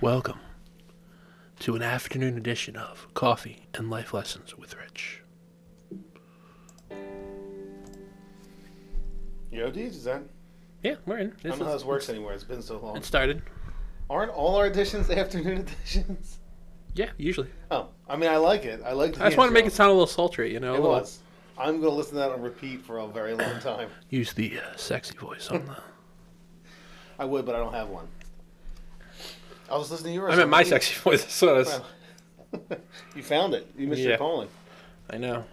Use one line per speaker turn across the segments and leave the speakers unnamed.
Welcome to an afternoon edition of Coffee and Life Lessons with Rich.
Yo, Deej, is that?
Yeah, we're in.
I
This
don't know how
is-
this works anymore. It's been so long.
It started.
Aren't all our editions afternoon editions?
Yeah, usually.
Oh, I mean, I like it. I like. The
I just want to
intro.
make it sound a little sultry, you know. a
It
little-
was. I'm gonna listen to that on repeat for a very long time.
Use the uh, sexy voice on the.
I would, but I don't have one. I was listening to yours.
I meant my
Repeat.
sexy voice. That's what I was.
Well, you found it. You missed
Yeah.
your calling.
I know.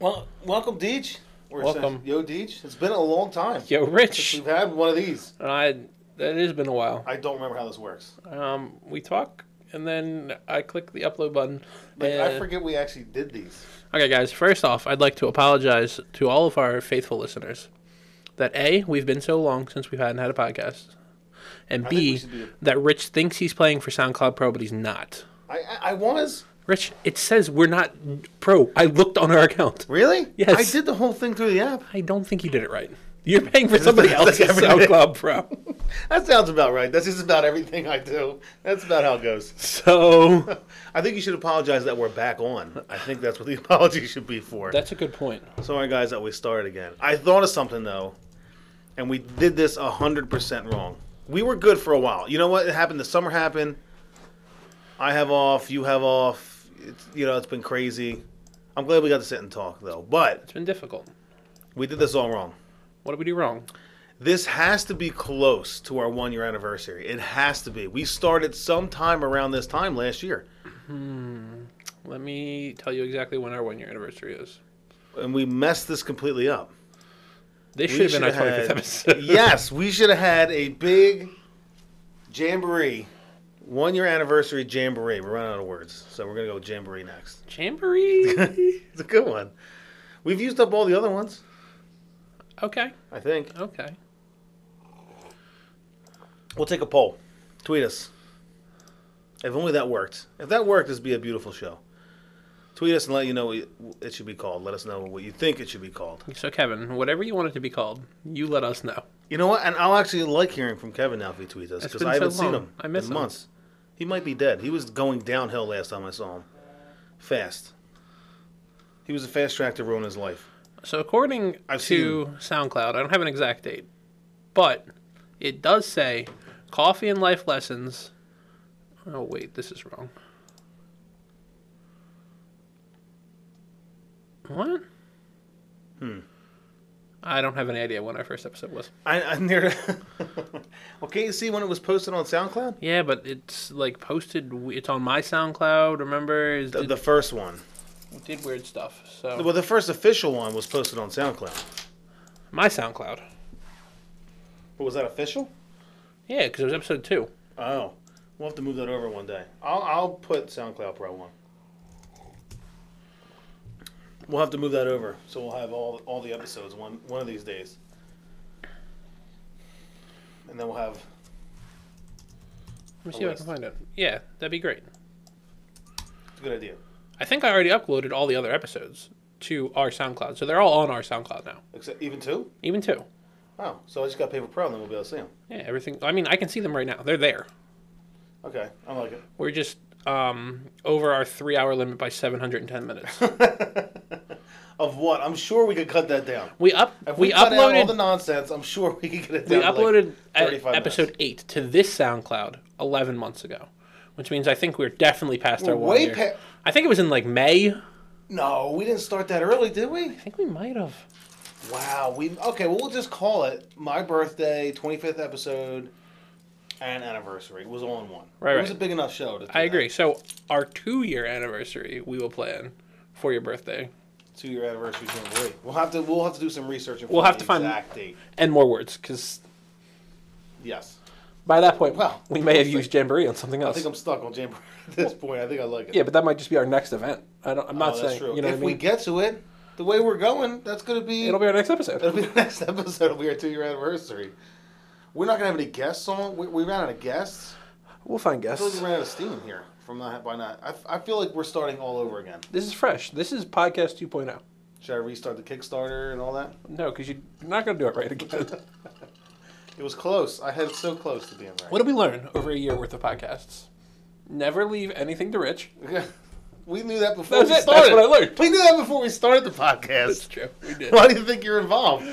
Well, welcome, Deej. Or is that-
Welcome.
Yo, Deej. It's been a long time.
Yo,
since
Rich.
We've had one of these.
I. It has been a while.
I don't remember how this works.
Um, we talk, and then I click the upload button.
Like, I
and-
forget we actually did these.
Okay, guys, first off, I'd like to apologize to all of our faithful listeners that A, we've been so long since we hadn't had a podcast, and
I think we
B,
should do.
that Rich thinks he's playing for SoundCloud Pro, but he's not.
I I, I was.
Rich, it says we're not pro. I looked on our account.
Really?
Yes.
I did the whole thing through the app.
I don't think you did it right. You're paying for somebody else's SoundCloud Pro.
That sounds about right. That's just about everything I do. That's about how it goes.
So
I think you should apologize that we're back on. I think that's what the apology should be for.
that's a good point.
Sorry, guys, that we started again. I thought of something, though, and we did this 100% wrong. We were good for a while. You know what happened? The summer happened. I have off. You have off. It's, you know, it's been crazy. I'm glad we got to sit and talk, though. But
It's been difficult.
we did this all wrong.
What did we do wrong?
This has to be close to our one year anniversary. It has to be. We started sometime around this time last year,
Let me tell you exactly when our one year anniversary is.
and we messed this completely up.
This
We
should have been our
should
25th
have had-
episode.
yes, we should have had a big jamboree, one year anniversary jamboree. We're running out of words, so we're going to go with jamboree next.
Jamboree.
It's a good one. We've used up all the other ones,
okay.
I think.
Okay.
We'll take a poll. Tweet us. If only that worked. If that worked, this would be a beautiful show. Tweet us and let you know what it should be called. Let us know what you think it should be called.
So Kevin, whatever you want it to be called, you let us know.
You know what? And I'll actually like hearing from Kevin now if he tweets us
It's
because
been
I
so
haven't seen
long.
him
I miss
in
him.
months. He might be dead. He was going downhill last time I saw him. Fast. He was a fast track to ruin his life.
So according
I've
to SoundCloud, I don't have an exact date, but it does say coffee and life lessons. Oh wait, this is wrong. What?
Hmm.
I don't have any idea when our first episode was.
I, I'm near. well, can't you see when it was posted on SoundCloud?
Yeah, but it's like posted. w- It's on my SoundCloud. Remember, is
The,
did, Oh.
the first one.
did weird stuff. So
Well, the first official one was posted on SoundCloud.
my SoundCloud.
But was that official?
Yeah, because it was episode two.
Oh, we'll have to move that over one day. I'll, I'll put SoundCloud Pro on. We'll have to move that over, so we'll have all all the episodes one one of these days, and then we'll have.
Let me
A
see if I
list.
can find it. Yeah, that'd be great.
It's a good idea,
I think I already uploaded all the other episodes to our SoundCloud, so they're all on our SoundCloud now.
except even two.
Even two.
Oh, so I just got Paper Pro, and then we'll be able to see them.
Yeah, everything. I mean, I can see them right now. They're there.
Okay, I like it.
We're just um, over our three-hour limit by 710 minutes.
Of what? I'm sure we could cut that down.
We up.
If
we,
we, cut out all the
uploaded.
nonsense, I'm sure we could get it
We
down. to, like,
uploaded at
35 minutes.
episode eight to this SoundCloud 11 months ago, which means I think we're definitely past
We're
our one
way
year.
pa-
I think it was in like May. I
No, we didn't start that early, did we?
think we might have.
Wow. We okay. Well, we'll just call it my birthday, twenty fifth episode, and anniversary. It was all in one.
Right,
It was
right.
a big enough show. To do
I
that.
agree. So our two-year anniversary, we will plan for your birthday,
Two year anniversary jamboree. We'll have to. We'll have to do some research. and
We'll have
the
to find-
exact date.
and more words, because
Yes.
by that point,
Well,
we may have
we'll
used jamboree on something
I
else.
think I'm stuck on jamboree at this point. I think I like it.
yeah, but that might just be our next event. I don't, I'm
Oh,
not
that's
saying
true.
you know
if
what I
we
mean.
get to it, the way we're going, that's gonna be.
It'll be our next episode.
It'll be the next episode. It'll be our two year anniversary. We're not gonna have any guests on. We, we ran out of guests.
We'll find
I feel like
guests.
we ran out of steam here. From not by not. I, I feel like we're starting all over again.
This is fresh. This is podcast oh. 2.0.
Should I restart the Kickstarter and all that?
No, because you're not going to do it right again.
It was close. I had it so close to being right.
What did we learn over a year worth of podcasts? Never leave anything to Rich.
we knew that before
That's
we
it.
started.
That's what I learned.
We knew that before we started the
That's
podcast.
true. We did.
Why do you think you're involved?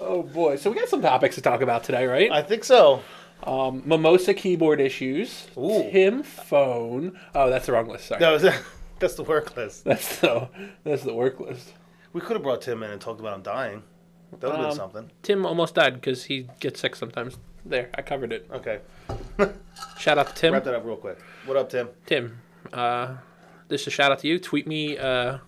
Oh boy. So we got some topics to talk about today, right?
I think so.
Um, Mimosa keyboard issues.
Ooh.
Tim phone. Oh, that's the wrong list. Sorry.
No, that's the work list.
That's the that's the work list.
We could have brought Tim in and talked about him dying. That would have
Um,
been something.
Tim almost died because he gets sick sometimes. There, I covered it.
Okay.
Shout out to Tim.
Wrap that up real quick. What up, Tim?
Tim, uh, this is a shout out to you. Tweet me, uh,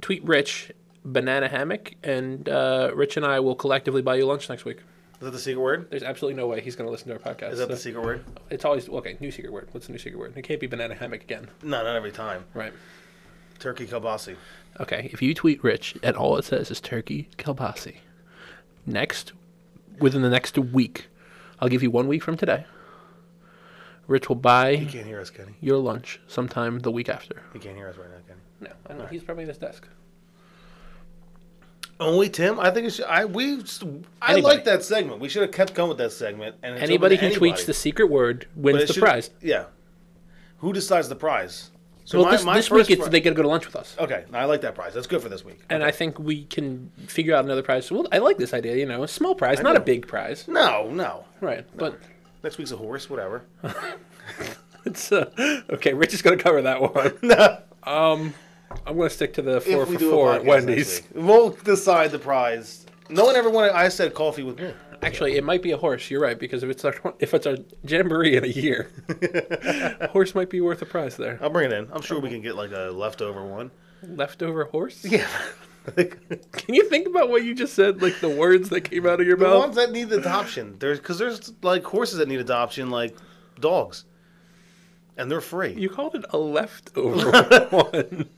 tweet Rich banana hammock, and uh, Rich and I will collectively buy you lunch next week.
Is that the secret word?
There's absolutely no way he's going to listen to our podcast.
Is that
so
the secret word?
it's always okay. New secret word. What's the new secret word? It can't be banana hammock again,
No, not every time.
right?
Turkey kielbasi.
Okay. If you tweet Rich and all it says is turkey kielbasi, next within the next week, I'll give you one week from today. Rich will buy
He can't hear us, Kenny.
your lunch sometime the week after.
He can't hear us right now, Kenny.
No, I know he's probably at his desk.
Only Tim? I think it's, I we just- I
Anybody.
like that segment. We should have kept going with that segment. And it's
Anybody who
open to
tweets
anybody.
the secret word
But
wins
it
the
should-
prize.
Yeah. Who decides the prize? So
Well, this, this week
first
it's,
pri-
they got to go to lunch with us,
Okay, I like that prize. That's good for this week.
and I think we can figure out another prize. Well, I like this idea. You know, a small prize, not a
do.
big prize,
No, no.
right? But
Next week's a horse, whatever.
it's uh, okay. Rich is going to cover that one. Um,
no.
I'm going to stick to the
If
four
we
for
do a
four at
podcast
Wendy's.
next week. We'll decide the prize. No one ever wanted. I said coffee with me.
Actually, it might be a horse. You're right because if it's our tw- if it's our jamboree in a year, horse might be worth a prize there.
I'll bring it in. I'm sure we can get like a leftover one.
Leftover horse.
Yeah. the
Can you think about what you just said? Like the words that came out of your mouth.
ones that need adoption. There's because there's like horses that need adoption, like dogs, and they're free.
You called it a leftover one.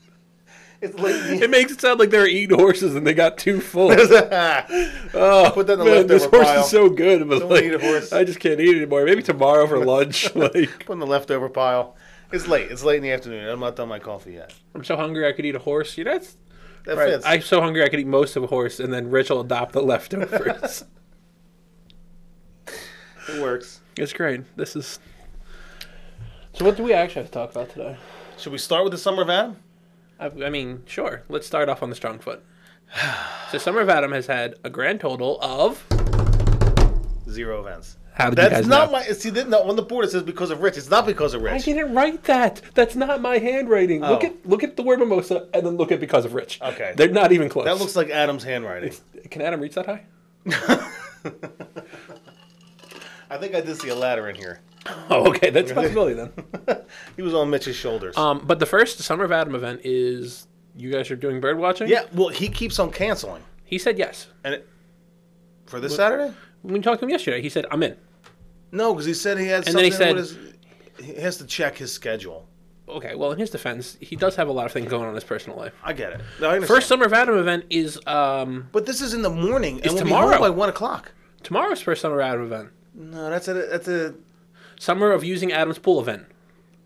it's like
It makes it sound like they were eating horses and they got too full.
oh, put that in the
Man, this
leftover
horse
pile.
is so good, but
Someone
like,
eat a horse.
I just can't eat it anymore. Maybe tomorrow for lunch. like,
put in the leftover pile. It's late. It's late in the afternoon. I'm not done my coffee yet.
I'm so hungry I could eat a horse. You know, that's
That
right.
fits.
I'm so hungry I could eat most of a horse, and then Rich will adopt the leftovers.
it works.
it's great. This is. So, what do we actually have to talk about today?
Should we start with the summer of Adam?
I, I mean, sure. Let's start off on the strong foot. So, Summer of Adam has had a grand total of.
Zero events.
How did you
That's
guys
not
know?
my. See, then, no, on the board it says because of Rich. It's not because of
I
Rich.
didn't write that. That's not my handwriting. Look
Oh.
at look at the word mimosa and then look at because of Rich.
Okay.
They're not even close.
That looks like Adam's handwriting.
Can Adam reach that high?
I think I did see a ladder in here.
Oh, okay. That's a possibility then.
He was on Mitch's shoulders.
Um, but the first Summer of Adam event is you guys are doing bird watching?
yeah, well, he keeps on canceling.
He said yes.
And it, for this Saturday?
When we talked to him yesterday, he said, I'm in.
No, because he said he had
And then
something.
he
with his, he has to check his schedule.
Okay, well, in his defense, he does have a lot of things going on in his personal life.
I get it. No, I
First
First,
Summer of Adam event is um,
but this is in the morning. and we'll be
tomorrow.
home by one o'clock.
tomorrow's first Summer of Adam event.
No, that's a that's a
Summer of Using Adam's Pool event.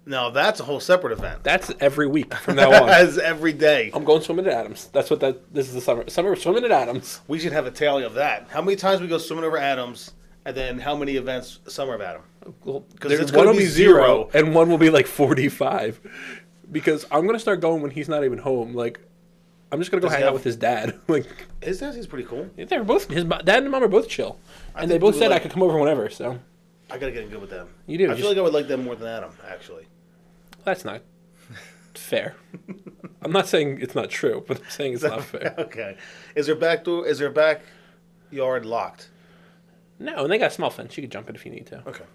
no, that's a whole separate event.
That's every week from now on.
That's every day.
I'm going swimming at Adams. That's what that. This is the summer. Summer of swimming at Adams.
We should have a tally of that. How many times we go swimming over Adams, and then how many events summer of Adam?
Well,
'Cause
there-
it's
one
gonna
will
be
be zero,
zero.
and one will be like forty-five, because I'm gonna start going when he's not even home. Like, I'm just gonna go hang
have-
out with his dad. Like,
His dad seems pretty cool.
they're both his mo- dad and mom are both chill, and they
think
both
we
said I
like-
could come over whenever. So
I gotta get in good with them.
You do,
I
just-
feel like I would like them more than Adam, actually.
that's not fair. I'm not saying it's not true, but I'm saying it's not fair.
Okay. Is their back door? Is their backyard locked?
No, and they got a small fence. You could jump it if you need to.
Okay.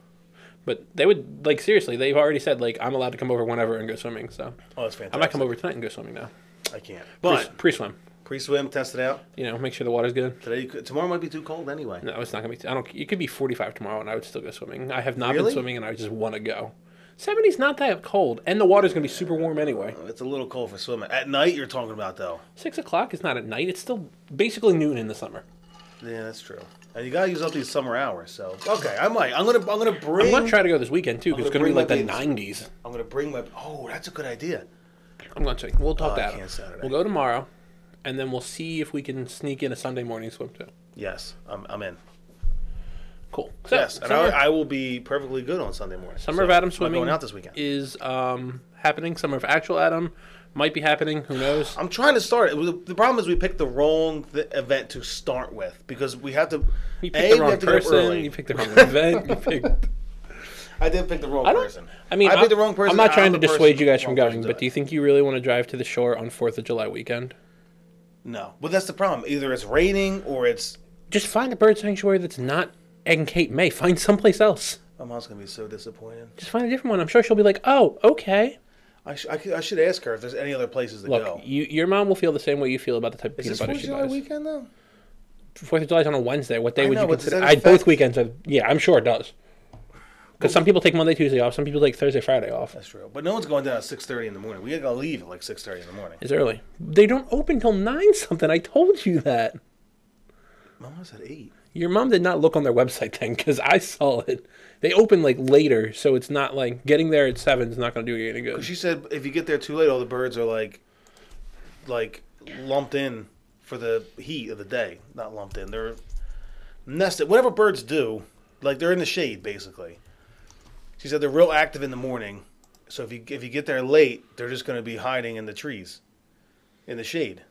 But they would like seriously. They've already said like I'm allowed to come over whenever and go swimming. So
Oh, that's
I
fantastic.
might come over tonight and go swimming now.
I can't.
Pre-
But
pre-swim.
pre-swim, test it out.
you know, make sure the water's good.
Today, tomorrow might be too cold anyway.
No, it's not gonna be. I don't. It could be 45 tomorrow, and I would still go swimming. I have not
Really?
been swimming, and I just want to go. 70's not that cold, and the water's gonna be super warm anyway.
It's a little cold for swimming. At night, you're talking about though.
Six o'clock is not at night. It's still basically noon in the summer.
Yeah, that's true. And you gotta use up these summer hours. So okay, I might. I'm gonna. I'm gonna bring.
I'm gonna try to go this weekend too, because it's gonna
gonna
be like the
bring my
90s.
I'm gonna bring my. Oh, that's a good idea.
I'm gonna check. We'll talk
Oh, I
that.
can't Saturday.
We'll go tomorrow, and then we'll see if we can sneak in a Sunday morning swim too.
Yes, I'm. I'm in.
Cool. So,
Yes, and
Summer,
I, I will be perfectly good on Sunday morning.
Summer of
So,
Adam
I'm not
swimming
going out this weekend.
is um, happening. Summer of actual Adam might be happening. Who knows?
I'm trying to start it. The- The problem is we picked the wrong th- event to start with because we have to.
You
A,
picked
we
the wrong
have to get up
person.
early.
You picked the wrong event. You picked.
I did pick the wrong
I don't.
person.
I mean,
I
I'm-
picked the wrong person.
I'm not trying to
the
dissuade
person-
you guys from
wrong person
going,
to
but
it.
do you think you really want to drive to the shore on Fourth of July weekend?
no. But that's the problem. Either it's raining or it's.
Just find a bird sanctuary that's not in Cape May. Find someplace else.
oh, My mom's gonna be so disappointed.
Just find a different one. I'm sure she'll be like, "Oh, okay."
I, sh- I, could- I should ask her if there's any other places to
Look,
go.
you, your mom will feel the same way you feel about the type of peanut
Is this
butter
Fourth of
she
July
buys.
weekend though?
Fourth of July is on a Wednesday. What day
I
would
know,
you
but does
consider?
that
I, both
affect-
weekends. Are, yeah, I'm sure it does. Because some people take Monday, Tuesday off. Some people take Thursday, Friday off.
That's true. But no one's going down at six thirty in the morning. We gotta leave at like six thirty in the morning.
It's early. They don't open till nine something. I told you that.
My mom said eight.
Your mom did not look on their website then, because I saw it. They open like later, so it's not like getting there at seven is not going to do you any good.
She said if you get there too late, all the birds are like, like lumped in for the heat of the day. Not lumped in. They're nested. Whatever birds do, like they're in the shade basically. She said they're real active in the morning, so if you if you get there late, they're just going to be hiding in the trees, in the shade.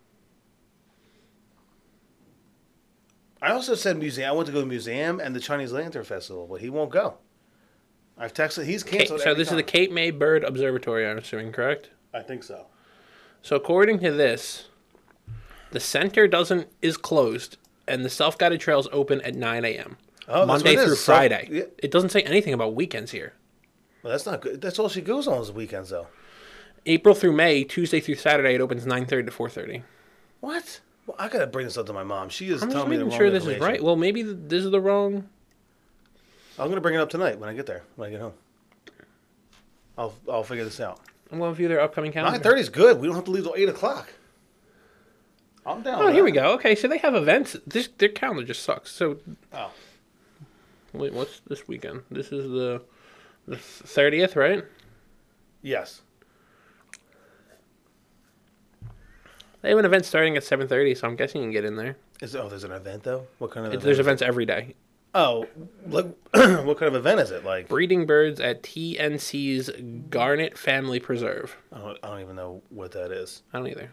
I also said museum. I want to go to the museum and the Chinese Lantern Festival, but he won't go. I've texted. He's
Ca-
canceled.
so
every
this is the
time.
Cape May Bird Observatory, I'm assuming, correct?
I think so.
So according to this, the center doesn't is closed, and the self guided trails open at nine a.m.
Oh, that's what
Monday
it is.
through
Self-
Friday.
yeah.
It doesn't say anything about weekends here.
Well, that's not good. That's all she goes on is weekends, though.
April through May, Tuesday through Saturday, it opens nine thirty to four thirty.
What? Well, I gotta bring this up to my mom. She is
I'm just
telling me the
making
wrong
sure this is
information.
right. Well, maybe th- this is the wrong.
I'm gonna bring it up tonight when I get there. When I get home, I'll I'll figure this out.
I'm going to view their upcoming calendar.
Nine thirty is good. We don't have to leave till eight o'clock. I'm down.
Oh,
with
here we
that.
go. Okay, so they have events. This their calendar just sucks. So
Oh,
wait, what's this weekend? This is the the thirtieth, right?
yes.
They have an event starting at seven thirty, so I'm guessing you can get in there.
Is oh, there's an event though. What kind of?
It-
Event?
there's events every day.
Oh, like, what kind of event is it? Like,
Breeding birds at TNC's Garnet Family Preserve.
I don't, I don't even know what that is.
I don't either.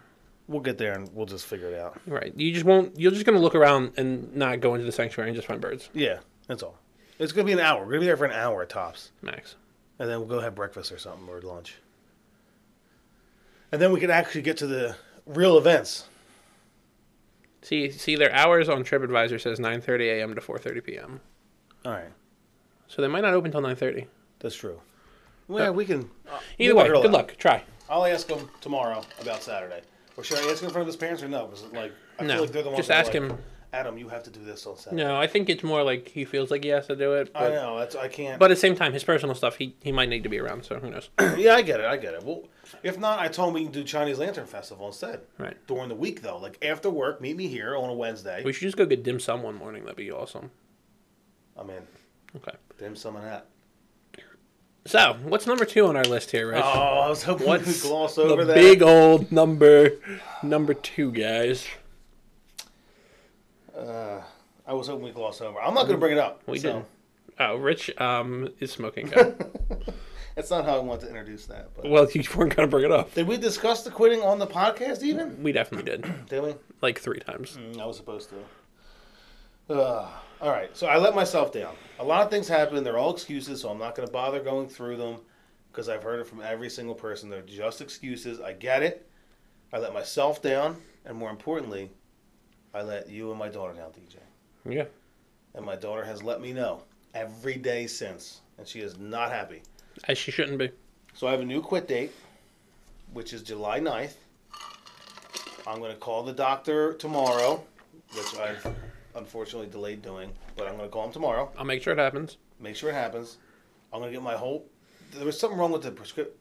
We'll get there and we'll just figure it out.
Right. You just won't. You're just gonna look around and not go into the sanctuary and just find birds,
Yeah, that's all. It's gonna be an hour. We're gonna be there for an hour tops.
Max.
and then we'll go have breakfast or something or lunch. And then we can actually get to the real events.
See, see, their hours on TripAdvisor says 9:30 a.m. to 4:30 p.m.
All right,
So they might not open till 9:30.
that's true. Well, yeah, we can. uh,
Either
we'll
way,
figure it
good
out.
luck. Try.
I'll ask him tomorrow about Saturday. Or should I ask him in front of his parents or no? Because like I
No,
feel like they're the ones.
just
that are
ask
like,
him.
Adam, you have to do this on Saturday.
No, I think it's more like he feels like he has to do it.
I
but-
know. That's I can't.
But at the same time, his personal stuff, he, he might need to be around, so who knows?
yeah, I get it. I get it. Well, if not, I told him we can do Chinese Lantern Festival instead.
Right.
During the week though, like after work, meet me here on a Wednesday.
we should just go get dim sum one morning. That'd be awesome.
I'm in.
Okay.
Damn, some of that.
So, what's number two on our list here, Rich?
Oh, I was hoping we could
what's
gloss over
the
that.
big old number number two, guys?
I was hoping we gloss over. I'm not going to bring it up.
We
so
didn't. Oh, Rich um, is smoking. Guy.
That's not how I want to introduce that. But
well, you weren't going to bring it up.
did we discuss the quitting on the podcast? Even
We definitely did.
did we?
Like three times.
Mm, I was supposed to. Ugh. all right. So I let myself down. A lot of things happen. They're all excuses. So I'm not going to bother going through them because I've heard it from every single person. They're just excuses. I get it. I let myself down, and more importantly, I let you and my daughter down, DJ.
Yeah.
And my daughter has let me know every day since, and she is not happy.
As she shouldn't be.
So I have a new quit date, which is July 9th. I'm going to call the doctor tomorrow, which I've unfortunately delayed doing, but I'm going to call him tomorrow,
I'll make sure it happens.
make sure it happens. I'm going to get my whole. There was something wrong with the prescription.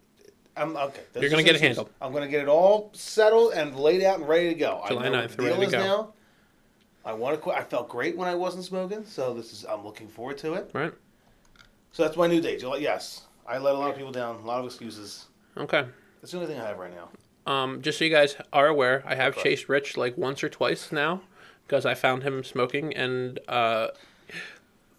I'm okay. that's
You're gonna
just
get it
excuse.
handled.
I'm going to get it all settled and laid out and ready to go.
July
I know
9th,
what the
ready
deal
to
is
go.
now. I want to quit. I felt great when I wasn't smoking, so this is. I'm looking forward to it.
Right?
So that's my new date. July, yes, I let a lot of people down. A lot of excuses.
Okay.
That's the only thing I have right now.
Um, just so you guys are aware, I have
Okay.
chased Rich like once or twice now because I found him smoking, and uh,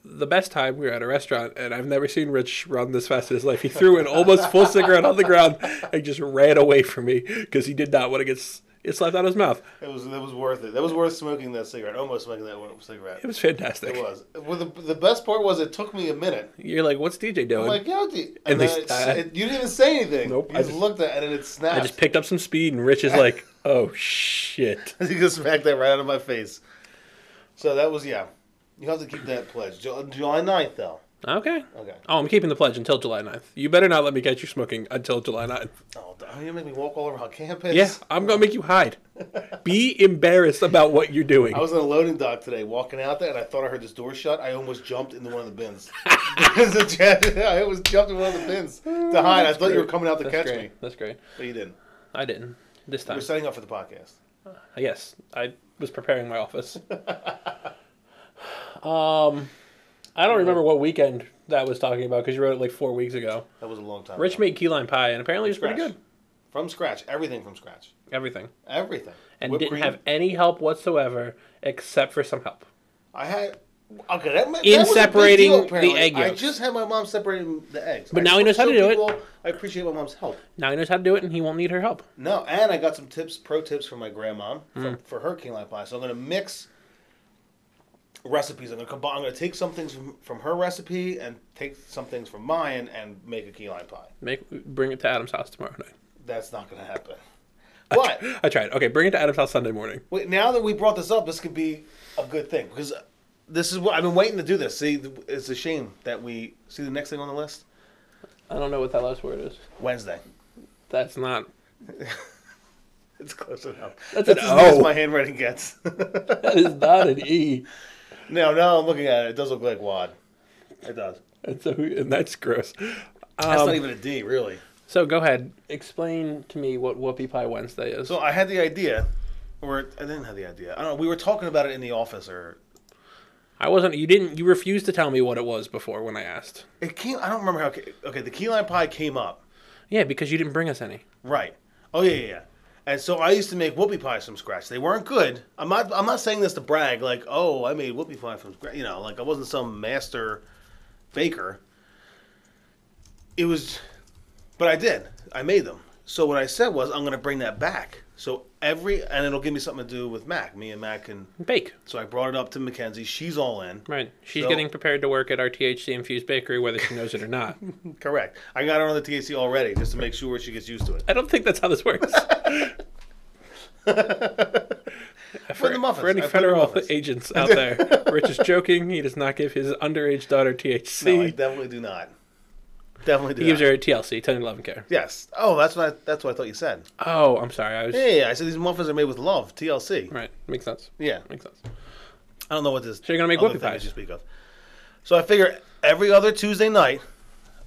the best time we were at a restaurant, and I've never seen Rich run this fast in his life. He threw an almost full cigarette on the ground and just ran away from me because he did not want to get s- it slapped out of his mouth.
It was that was worth it. That was worth smoking that cigarette. Almost smoking that one cigarette.
It was fantastic.
It was. Well, the, the best part was it took me a minute.
You're like, what's DJ doing?
I'm like, yeah, dude.
At
And then
least
it,
I-
it- you didn't even say anything.
Nope,
You
I
just,
just-
looked at it and it snapped.
I just picked up some speed, and Rich is like, oh shit.
he just smacked that right out of my face. So that was yeah. You have to keep that pledge. Ju- July 9th, though.
Okay.
Okay.
Oh, I'm keeping the pledge until July 9th. You better not let me catch you smoking until July 9th.
Oh, are you make me walk all over on campus?
Yeah, I'm gonna make you hide. Be embarrassed about what you're doing.
I was in a loading dock today, walking out there, and I thought I heard this door shut. I almost jumped into one of the bins. I almost jumped in one of the bins to hide. I thought you were coming out to
That's
catch
great.
me,
That's great.
but you didn't.
I didn't this
You
time.
were setting up for the podcast.
Yes, I was preparing my office. um, I don't remember what weekend that was talking about because you wrote it like four weeks ago.
That was a long time.
Rich
ago.
made key lime pie, and apparently it's pretty
Scratch.
good.
from scratch, everything from scratch,
Everything,
everything.
and
Whipped
didn't
cream.
have any help whatsoever except for some help.
I had. Okay, that, ma- that
In
was
separating
a big deal, apparently.
the egg
I
yolks.
just had my mom separating the eggs.
But
I
now he knows how to
show
do it.
people I appreciate my mom's help.
Now he knows how to do it, and he won't need her help.
No, and I got some tips, pro tips from my grandma from,
Mm.
for her king lime pie. So I'm gonna mix recipes. I'm gonna combine. I'm gonna take some things from, from her recipe and take some things from mine and make a key lime pie.
Make bring it to Adam's house tomorrow night.
That's not gonna happen. But
I tried. Okay, bring it to Adam's house Sunday morning.
wait, now that we brought this up, this could be a good thing because this is what I've been waiting to do. This see, th- it's a shame that we see the next thing on the list
I don't know what that last word is.
Wednesday.
That's not.
It's close enough. Oh.
That's
That's,
an
as near as
O.
my handwriting gets.
That is not an E.
no, no, I'm looking at it. It does look like wad. It does.
And so, and that's gross.
That's
Um,
not even a D, really.
So go ahead, explain to me what Whoopie Pie Wednesday is.
So I had the idea, or I didn't have the idea. I don't know. We were talking about it in the office, or
I wasn't. You didn't. You refused to tell me what it was before when I asked.
it came. I don't remember how. it ca- Okay, the key lime pie came up,
Yeah, because you didn't bring us any.
right? Oh yeah, yeah, yeah. And so I used to make whoopie pies from scratch. They weren't good. I'm not. I'm not saying this to brag. Like, oh, I made whoopie pie from scratch. You know, like I wasn't some master baker. It was, but I did. I made them. So what I said was, I'm going to bring that back. So every and it'll give me something to do with Mac. Me and Mac can.
Bake.
So I brought it up to Mackenzie. She's all in.
Right. She's
So-
getting prepared to work at our THC infused bakery, whether she knows it or not.
Correct. I got her on the THC already just to make sure she gets used to it.
I don't think that's how this works.
For the muffins.
Uh, For any
I put in the
federal
muffins.
agents out there, Rich is joking. He does not give his underage daughter THC.
No, I definitely do not. Definitely do
he gives
not.
her TLC, 10 and 11 care.
Yes. Oh, that's what I, that's what I thought you said.
Oh, I'm sorry. I was.
Yeah, yeah, I said these muffins are made with love, TLC.
Right. Makes sense.
Yeah.
Makes sense.
I don't know what this.
you're gonna make
other
whoopie
thing
pies.
is You speak of. So I figure every other Tuesday night,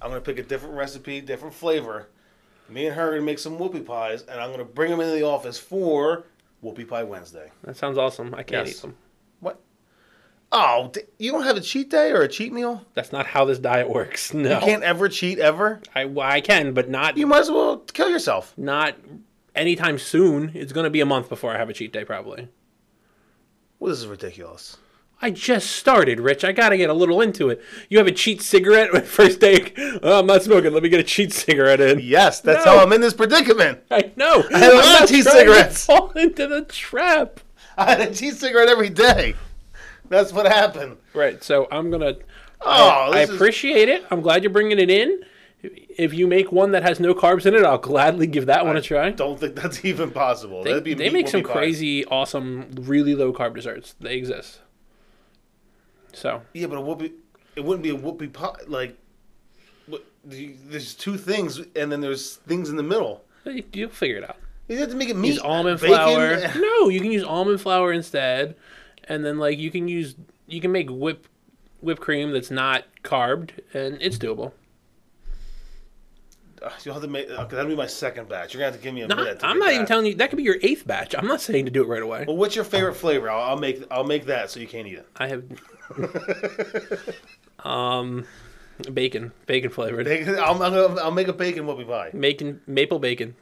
I'm gonna pick a different recipe, different flavor. Me and her are gonna make some whoopie pies, and I'm gonna bring them into the office for Whoopie Pie Wednesday.
That sounds awesome. I can't
Yes.
eat them.
What? Oh, d- you don't have a cheat day or a cheat meal?
That's not how this diet works. No.
You can't ever cheat ever.
I, well, I can, but not
You might as well kill yourself.
not anytime soon. It's going to be a month before I have a cheat day, probably.
Well, this is ridiculous.
I just started, Rich. I got to get a little into it. You have a cheat cigarette my first day. Oh, I'm not smoking. Let me get a cheat cigarette in.
Yes, that's
No.
how I'm in this predicament.
I know. I
love cheat cigarettes.
Fall into the trap.
I had a cheat cigarette every day. That's what happened.
Right. So I'm gonna.
Oh,
I, I
this is-
appreciate it. I'm glad you're bringing it in. If you make one that has no carbs in it, I'll gladly give that one a try.
Don't think that's even possible.
They,
That'd be
they
meat
make
whoopie
some
pie.
crazy, awesome, really low carb desserts. They exist. So
Yeah, but a whoopie. It wouldn't be a whoopie pie. Like, what, you- there's two things, and then there's things in the middle.
you- you'll figure it out.
You have to make it meat.
Use almond
bacon,
flour. No, you can use almond flour instead, and then like you can use you can make whip whipped cream that's not carbed, and it's doable.
Ugh, You'll have to make. Okay, that'll be my second batch. You're gonna have to give me a
Not-
minute. to
I'm
make
not even
that.
telling you that could be your eighth batch. I'm not saying to do it right away.
Well, what's your favorite flavor? I'll, I'll make. I'll make that so you can't eat it.
I have um bacon, bacon flavored,
Bacon, I'll, I'll, I'll make a bacon whoopie pie.
bacon, maple bacon,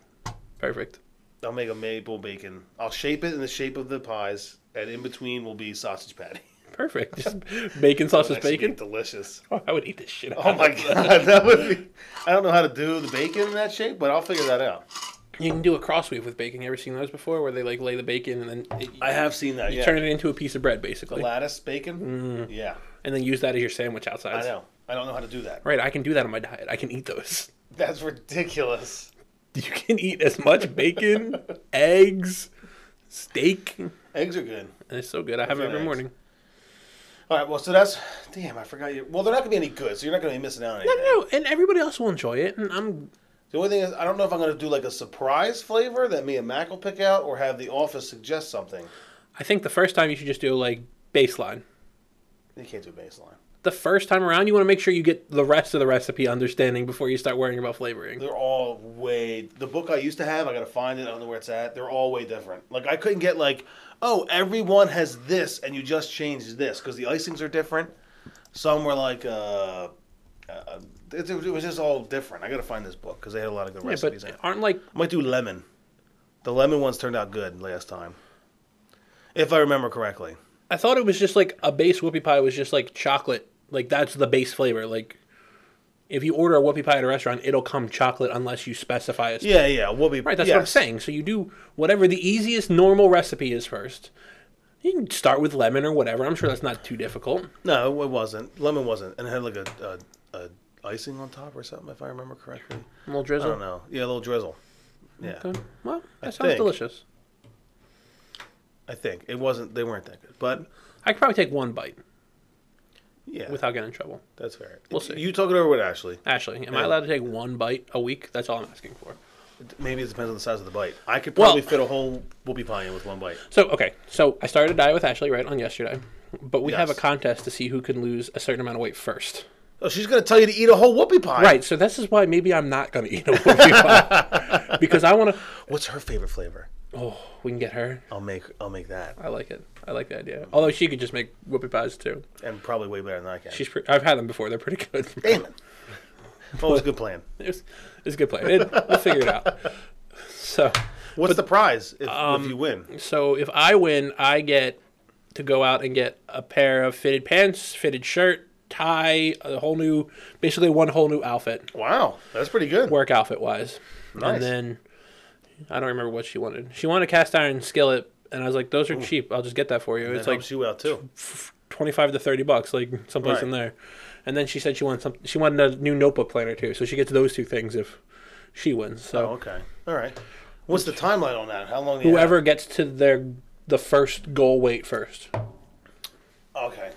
perfect.
I'll make a maple bacon. I'll shape it in the shape of the pies, and in between will be sausage patty.
perfect. Just bacon sausage
Actually,
bacon.
delicious.
Oh, I would eat this shit.
Oh my god, that would be. I don't know how to do the bacon in that shape, but I'll figure that out.
You can do a crossweave with bacon. You ever seen those before, where they like lay the bacon and then it,
I have seen that.
you
yeah.
turn it into a piece of bread
the
basically,
lattice bacon. Yeah,
and then use that as your sandwich outside.
I know. I don't know how to do that.
Right, I can do that on my diet. I can eat those.
That's ridiculous.
You can eat as much bacon, eggs, steak. And
Eggs are good.
it's so good. I have it
Good
every
eggs.
morning.
All right. Well, so that's damn. I forgot you. Well, they're not gonna be any good, so you're not gonna be missing out on anything.
No, and everybody else will enjoy it. And I'm
The only thing is, I don't know if I'm gonna do like a surprise flavor that me and Mac will pick out, or have the office suggest something.
I think the first time you should just do like baseline.
You can't do baseline.
The first time around, you want to make sure you get the rest of the recipe understanding before you start worrying about flavoring.
They're all way. The book I used to have, I gotta find it. I don't know where it's at. They're all way different. Like I couldn't get like, oh, everyone has this, and you just changed this because the icings are different. Some were like, uh, uh it, it was just all different. I gotta find this book because they had a lot of good
Yeah,
recipes.
but
in it.
aren't like
I might do lemon. The lemon ones turned out good last time, if I remember correctly.
I thought it was just like a base whoopie pie was just like chocolate. Like that's the base flavor. Like if you order a whoopie pie at a restaurant, it'll come chocolate unless you specify a
Yeah, yeah, we'll be
Right, that's what I'm
yes.
saying. So you do whatever the easiest normal recipe is first. You can start with lemon or whatever. I'm sure that's not too difficult.
No, it wasn't. Lemon wasn't, and it had like a, a, a icing on top or something, if I remember correctly.
A little
I don't
drizzle.
know. Yeah, a little drizzle. Yeah,
Okay. Well, that sounds
think.
delicious.
I think it wasn't. They weren't that good, but
I could probably take one bite
yeah,
without getting in trouble.
that's fair.
We'll see.
You talk it over with Ashley.
Ashley, am I
Yeah.
allowed to take one bite a week? That's all I'm asking for.
Maybe it depends on the size of the bite. I could
Well-
probably fit a whole whoopie pie in with one bite.
So okay, so I started a diet with Ashley right on yesterday, but we have a
Yes.
contest to see who can lose a certain amount of weight first.
Oh, she's gonna tell you to eat a whole whoopie pie.
Right, so this is why maybe I'm not going to eat a whoopie pie because I want to.
What's her favorite flavor?
Oh, we can get her.
I'll make. I'll make that,
I like it. I like the idea. Although she could just make whoopie pies too.
and probably way better than I can.
She's pre- I've had them before. They're pretty good.
Damn it. What was a good plan?
It's, it's a good plan. It, we'll figure it out. So,
What's the prize if,
um,
if you win?
so if I win, I get to go out and get a pair of fitted pants, fitted shirt, tie, a whole new, basically one whole new outfit,
Wow, that's pretty good.
work outfit wise.
Nice.
And then I don't remember what she wanted. She wanted a cast iron skillet, and I was like, "Those are cheap. I'll just get that for you."
That
it's like
helps you out too.
twenty-five to thirty bucks, like someplace
Right.
in there. And then she said she wanted some. She wanted a new notebook planner too, so she gets those two things if she wins. So
Oh, Okay. All right. What's the timeline on that? How long? do you have?
whoever gets to their the first goal weight first.
Okay.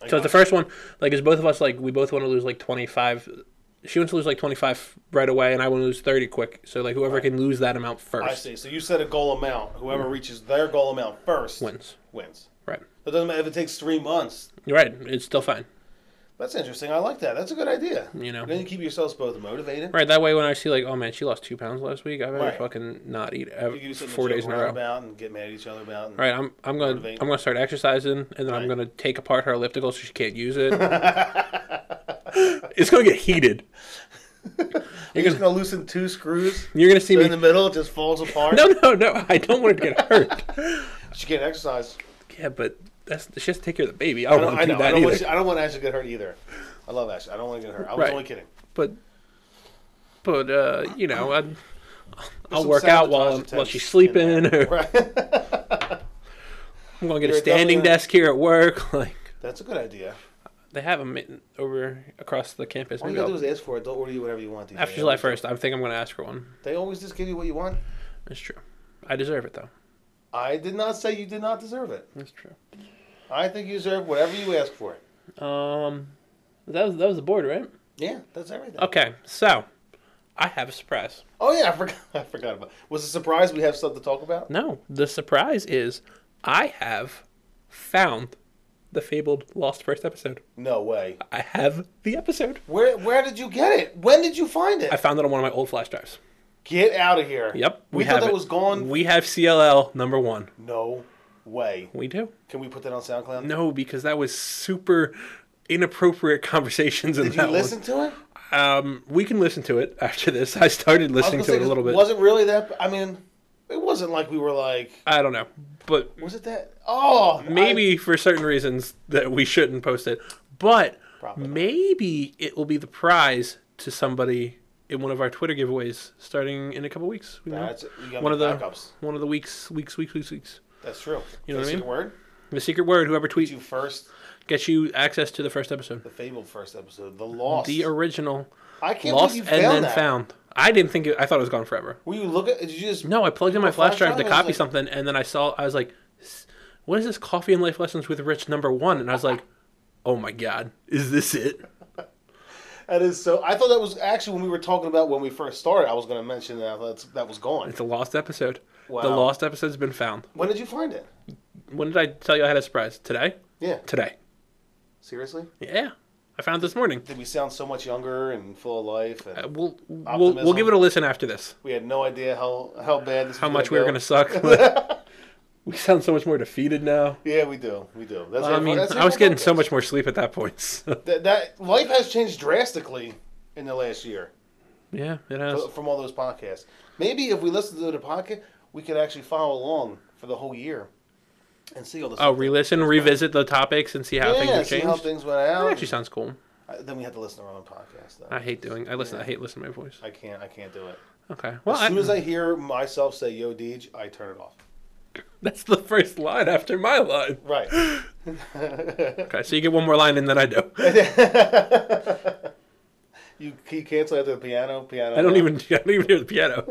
I
So
got
it's the first one, like, is both of us like we both want to lose like twenty five. She wants to lose like twenty five right away, and I want to lose thirty quick. So like whoever can lose that amount
it.
first
I see. So you set a goal amount. Whoever reaches their goal amount first
Mm. wins.
wins.
Right,
It doesn't matter if it takes three months.
you're right. It's still fine.
That's interesting. I like that. That's a good idea.
You know.
Then you keep yourselves both motivated.
Right, that way when I see like, oh man, she lost two pounds last week, I better
Right.
fucking not eat
You can
ev-
do something to
four
joke
days in a
around
row.
about and get mad at each other about. And
Right, I'm I'm gonna
Motivate.
I'm gonna start exercising, and then I'm
Right.
gonna take apart her elliptical so she can't use it. it's gonna get heated.
You're just gonna loosen two screws.
You're gonna see
So
me.
in the middle, it just falls apart.
No, no, no! I don't want her to get hurt.
She can't exercise.
yeah, but that's she has to take care of the baby. I don't,
I don't,
want to
I
do
know. I
that
don't,
either.
want, I don't want Ashley to get hurt either. I love Ashley. I don't want to get hurt. I was
Right.
only kidding.
But but uh, you know, I'd, I'll
some
work out while
sabotage
while
attempts
she's sleeping, or
Right.
I'm gonna get
You're
a standing
definitely-
desk here at work. Like
That's a good idea.
they have them over across the campus.
All you
Maybe
gotta do
I'll-
is ask for it. They'll order you whatever you want. these
after
days.
July first, I think I'm gonna ask for one.
They always just give you what you want.
That's true. I deserve it though.
I did not say you did not deserve it.
That's true.
I think you deserve whatever you ask for.
Um, that was that was the board, right?
Yeah, that's everything.
Okay, so I have a surprise.
Uh, Oh yeah, I forgot. I forgot about. Was it a surprise we have something to talk about?
No, the surprise is I have found the fabled lost first episode.
No way.
I have the episode.
Where Where did you get it? When did you find it?
I found it on one of my old flash drives.
Get out of here.
Yep,
We, thought
have
that
it.
was gone.
We have CLL number one.
No way.
We do.
Can we put that on SoundCloud?
No, because that was super inappropriate conversations in
Did you
that
listen to it?
one. Um, we can listen to it after this. I started
I was
listening
gonna
to
say,
it a little bit.
Was it really that? I mean, it wasn't like we were like.
I don't know. but
Was it that? Oh, I-
maybe for certain reasons that we shouldn't post it. But
Probably not.
maybe it will be the prize to somebody in one of our Twitter giveaways starting in a couple weeks. We know.
That's it. You gotta
one of the
make backups.
one of the weeks, weeks, weeks, weeks, weeks.
that's true.
You know what I
Is it
mean?
a Word.
The secret word, whoever tweets,
You first,
gets you access to the first episode,
the fabled first episode, the lost.
the original,
I can't
lost
believe
and
you found
then
that.
found. I didn't think it, I thought it was gone forever.
Were you looking? Did you just?
No, I plugged in my
Well, flash
flash drive to
drive, I was
copy
like-
something, and then I saw I was like, "S- "What is this coffee and life lessons with Rich number one?" And I was like, "Oh my god, is this it?"
That is so. I thought that was actually when we were talking about when we first started. I was going to mention that that's, that was gone.
It's a lost episode.
Wow.
The lost episode's been found.
When did you find it?
When did I tell you I had a surprise? Today?
Yeah.
Today.
Seriously?
Yeah, I found it this morning.
Did we sound so much younger and full of life? And
Uh, We'll we'll, we'll
Optimism.
give it a listen after this.
we had no idea how how bad this.
How
was
much
gonna
we were
go.
gonna suck. we sound so much more defeated now.
Yeah, we do. We do. That's
I
it.
mean,
That's it
I was
for
getting so
podcast.
much more sleep at that point. so-
That, that life has changed drastically in the last year
Yeah, it has.
f- from all those podcasts. Maybe if we listened to the podcast, we could actually follow along for the whole year and see all this.
Oh, re-listen, revisit the topics, and see how
yeah,
things have
see how
changed.
things went
That
out.
actually sounds cool.
Uh, then we had to listen to our own podcast. Though.
I hate doing. I listen. I hate listening to my voice.
I can't. I can't do it.
Okay. Well,
as soon
I,
as I hear myself say "Yo, Deej," I turn it off.
that's the first line after my line.
Right.
Okay, so you get one more line, and then I do.
you you cancel after the piano. Piano.
I don't even. I don't even hear the piano.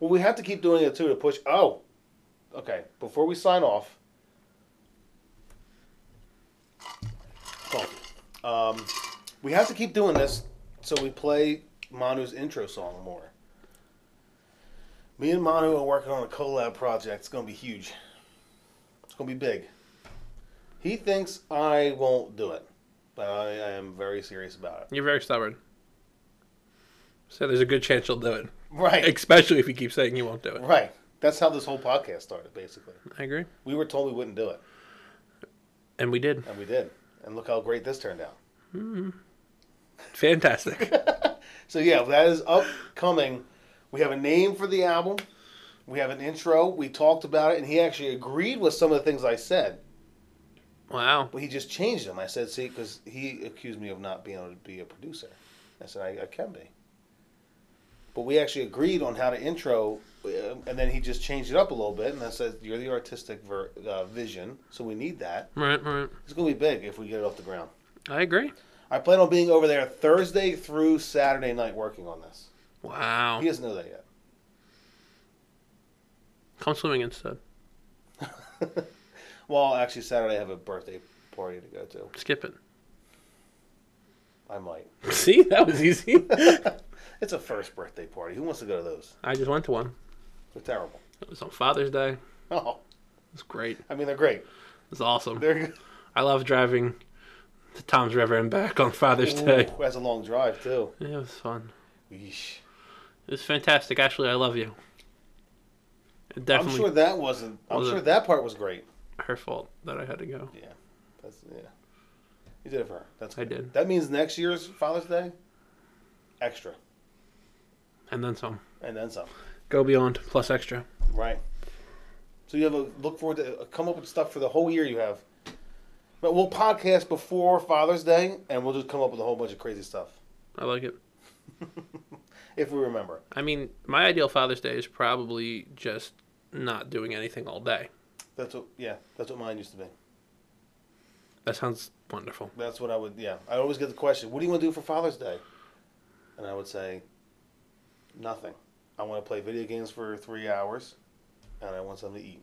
Well, we have to keep doing it too to push. Oh, okay. Before we sign off, coffee. Um, we have to keep doing this so we play Manu's intro song more. Me and Manu are working on a collab project. It's gonna be huge. It's gonna be big. He thinks I won't do it, but I, I am very serious about it.
You're very stubborn. So there's a good chance you'll do it,
Right.
especially if you keep saying you won't do it.
Right. That's how this whole podcast started, basically.
I agree,
We were told we wouldn't do it.
and we did.
And we did. And look how great this turned out.
Fantastic.
So yeah, that is upcoming. We have a name for the album. We have an intro. We talked about it, and he actually agreed with some of the things I said.
Wow.
But he just changed them. I said, see, because he accused me of not being able to be a producer. I said, I, I can be. But we actually agreed on how to intro, uh, and then he just changed it up a little bit. And I said, you're the artistic ver- uh, vision, so we need that.
Right. Right.
It's going to be big if we get it off the ground.
I agree.
I plan on being over there Thursday through Saturday night working on this.
Wow.
He doesn't know that yet.
Come swimming instead.
Well, actually, Saturday I have a birthday party to go to.
Skip it.
I might.
See, that was easy.
It's a first birthday party. Who wants to go to those?
I just went to one.
They're terrible.
It was on Father's Day.
Oh,
It's great.
I mean, they're great.
It's awesome.
They're
I love driving to Tom's River and back on Father's Day.
Ooh, that's a long drive too.
Yeah, it was fun.
Yeesh.
It was fantastic. Actually, I love you. It
I'm
definitely
sure that wasn't. I'm
Was
sure
it?
that part was great.
her fault that I had to go.
Yeah, that's yeah. You did it for her. That's
I
good.
did.
That means next year's Father's Day, extra,
And then some.
and then some.
Go beyond plus extra.
Right. So you have a look forward to uh, come up with stuff for the whole year you have. But we'll podcast before Father's Day, and we'll just come up with a whole bunch of crazy stuff
I like it.
if we remember.
I mean, my ideal Father's Day is probably just not doing anything all day.
That's what, yeah, that's what mine used to be.
That sounds wonderful.
That's what I would, yeah. I always get the question, "What do you want to do for Father's Day?" And I would say, "Nothing. I want to play video games for three hours, and I want something to eat."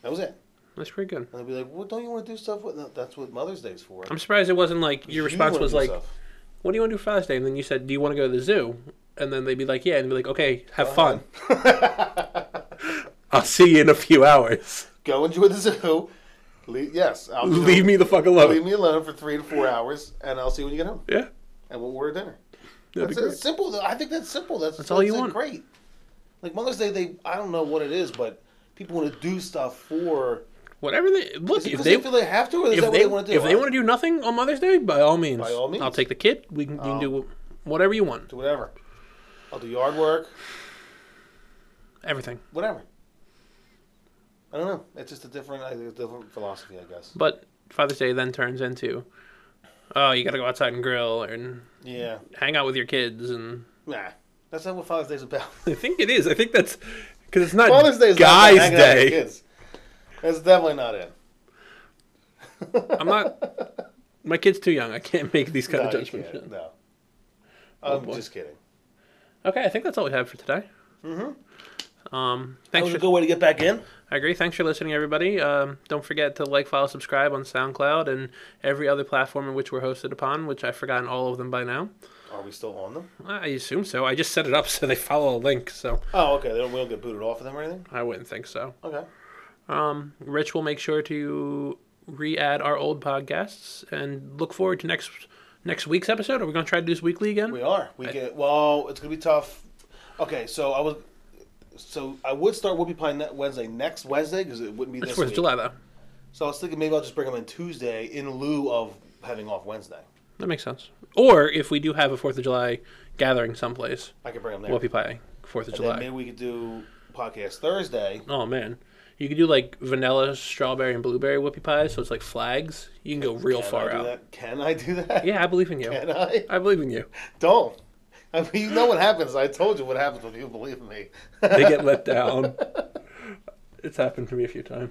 That was it.
That's pretty good.
And they'd be like, "Well, don't you want to do stuff with?" No, that's what Mother's Day's for.
I'm surprised it wasn't like
You
your response
wanna
was
do
like,
stuff.
"What do you want to do for Father's Day?" And then you said, "Do you want to go to the zoo?" And then they'd be like, "Yeah," and be like, "Okay, have fun. I'll see you in a few hours.
go enjoy the zoo. Leave, yes, I'll do-
Leave me the fuck
leave
alone."
me alone for three to four hours, and I'll see you when you get home,
Yeah,
and we'll order dinner.
that'd be
That's it.
great.
It's simple. though. I think that's simple. That's
That's all you
it.
want.
Great. Like Mother's Day, they I don't know what it is, but people want to do stuff for.
Whatever they look,
Is it
if
'cause
they
they feel they have to, or is
if
that
they,
what they want to do?
if they want to do nothing on Mother's Day, by all means,
By all means. Oh.
I'll take the kid. We can, you can do whatever you want,
do whatever. I'll do yard work,
everything.
whatever. I don't know. It's just a different, I think it's a different philosophy, I guess.
But Father's Day then turns into, oh, you got to go outside and grill and
Yeah.
hang out with your kids. And
Nah. That's not what Father's Day's about.
I think it is. I think that's because it's not
Father's Day is
Guys
not about hanging out with
Day.
your kids. That's definitely not it.
I'm not. My kid's too young. I can't make these kind
No,
of
you
judgments.
can't. No. I'm
boy.
just kidding.
Okay, I think that's all we have for today. Mm-hmm. Um,
That
thanks
was
for
a good way to get back in.
I agree. Thanks for listening, everybody. Um, don't forget to like, follow, subscribe on SoundCloud and every other platform in which we're hosted upon, which I've forgotten all of them by now.
Are we still on them?
I assume so. I just set it up so they follow a link, so
Oh, okay. They don't, we don't get booted off of them or anything?
I wouldn't think so.
Okay.
Um, Rich will make sure to re-add our old podcasts and look forward to next next week's episode. Are we going to try to do this weekly again?
We are. We get well. It's gonna be tough. Okay, so I was, so I would start Whoopie Pie ne- Wednesday next Wednesday because it wouldn't be
it's
this
Fourth
week.
of July, though.
So I was thinking maybe I'll just bring them in Tuesday in lieu of having off Wednesday.
That makes sense. Or if we do have a Fourth of July gathering someplace,
I could bring them there.
Whoopie Pie, Fourth of
and then
July.
maybe we could do podcast Thursday.
Oh man, you could do like vanilla, strawberry, and blueberry whoopie pies. So it's like flags. You can go real
Can
far
I do
out.
That? Can I do that?
Yeah, I believe in you.
Can I?
I believe in you.
Don't. I mean, you know what happens. I told you what happens when you believe in me.
They get let down. it's happened to me a few times.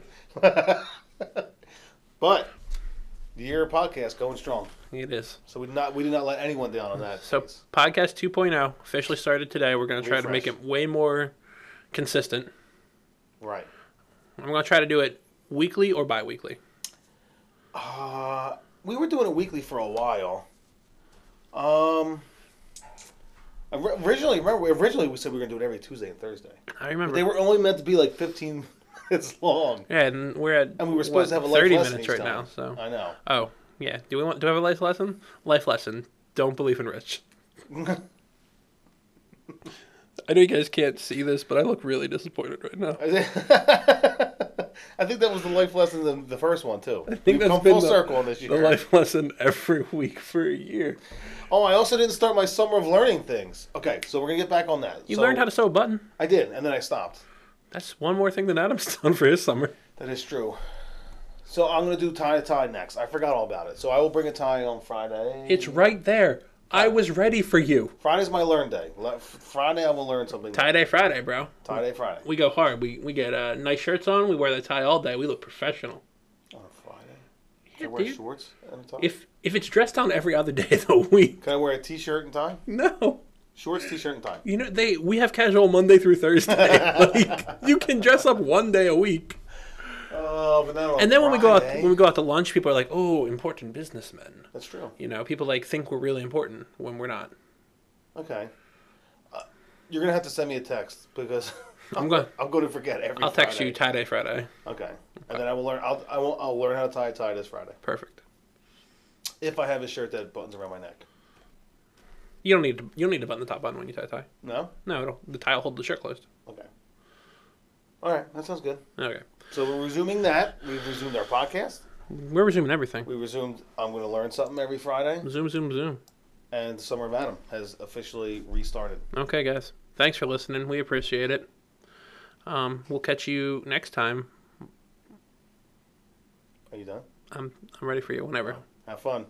but the year of podcast going strong.
It is.
So we did not we did not let anyone down on that.
So
piece.
podcast 2.0 officially started today. We're gonna try to make
Refresh.
it way more consistent.
right.
I'm gonna try to do it weekly or bi-weekly.
Uh, we were doing it weekly for a while. Um, or- originally, remember originally we said we were gonna do it every Tuesday and Thursday.
I
But
remember.
they were only meant to be like 15 minutes long,
yeah, and we're at
and we were supposed to
what,
have a life
30
lesson
minutes
each
right
time.
now. So
I know.
oh yeah, do we want do I have a life lesson? Life lesson: Don't believe in Rich. I know you guys can't see this, but I look really disappointed right now.
I think- I think that was the life lesson in the first one too. I
think
We've
that's
come
been
full
the-
circle on this
The
year.
life lesson every week for a year.
Oh, I also didn't start my summer of learning things. Okay, so we're gonna get back on that.
You
So-
learned how to sew a button.
I did, and then I stopped.
That's one more thing that Adam's done for his summer.
That is true. So I'm gonna do tie to tie next. I forgot all about it. So I will bring a tie on Friday.
It's right there. I was ready for you.
Friday's my learn day. Le- Friday I will learn something. Tie,
Tie day Friday, bro.
day Friday.
We go hard. We we get uh, nice shirts on. We wear the tie all day. We look professional.
on Friday. Can
Yeah,
I wear
dude.
shorts and a tie?
If if it's dressed down every other day of the week,
Can I wear a t-shirt and tie?
no.
Shorts, t-shirt, and tie.
You know they we have casual Monday through Thursday. like you can dress up one day a week.
Oh, but not on
And then when we go out
Friday.
when we go out to lunch, people are like, "Oh, important businessmen."
that's true.
You know, people like think we're really important when we're not.
Okay. Uh, you're gonna have to send me a text because
I'm going.
I'm going to forget every.
I'll text
Friday.
you tie day Friday.
Okay, and then I will learn. I'll I will, I'll learn how to tie a tie this Friday
Perfect.
if I have a shirt that buttons around my neck.
You don't need to, you don't need to button the top button when you tie a tie.
No.
No, it'll, the tie will hold the shirt closed.
Okay. All right, that sounds good.
Okay,
So we're resuming that. We've resumed our podcast.
we're resuming everything.
We resumed. I'm going to learn something every Friday,
Zoom, zoom, zoom.
and the Summer of Adam has officially restarted.
Okay, guys. Thanks for listening. We appreciate it. Um, we'll catch you next time.
Are you done?
I'm I'm ready for you whenever.
Have fun.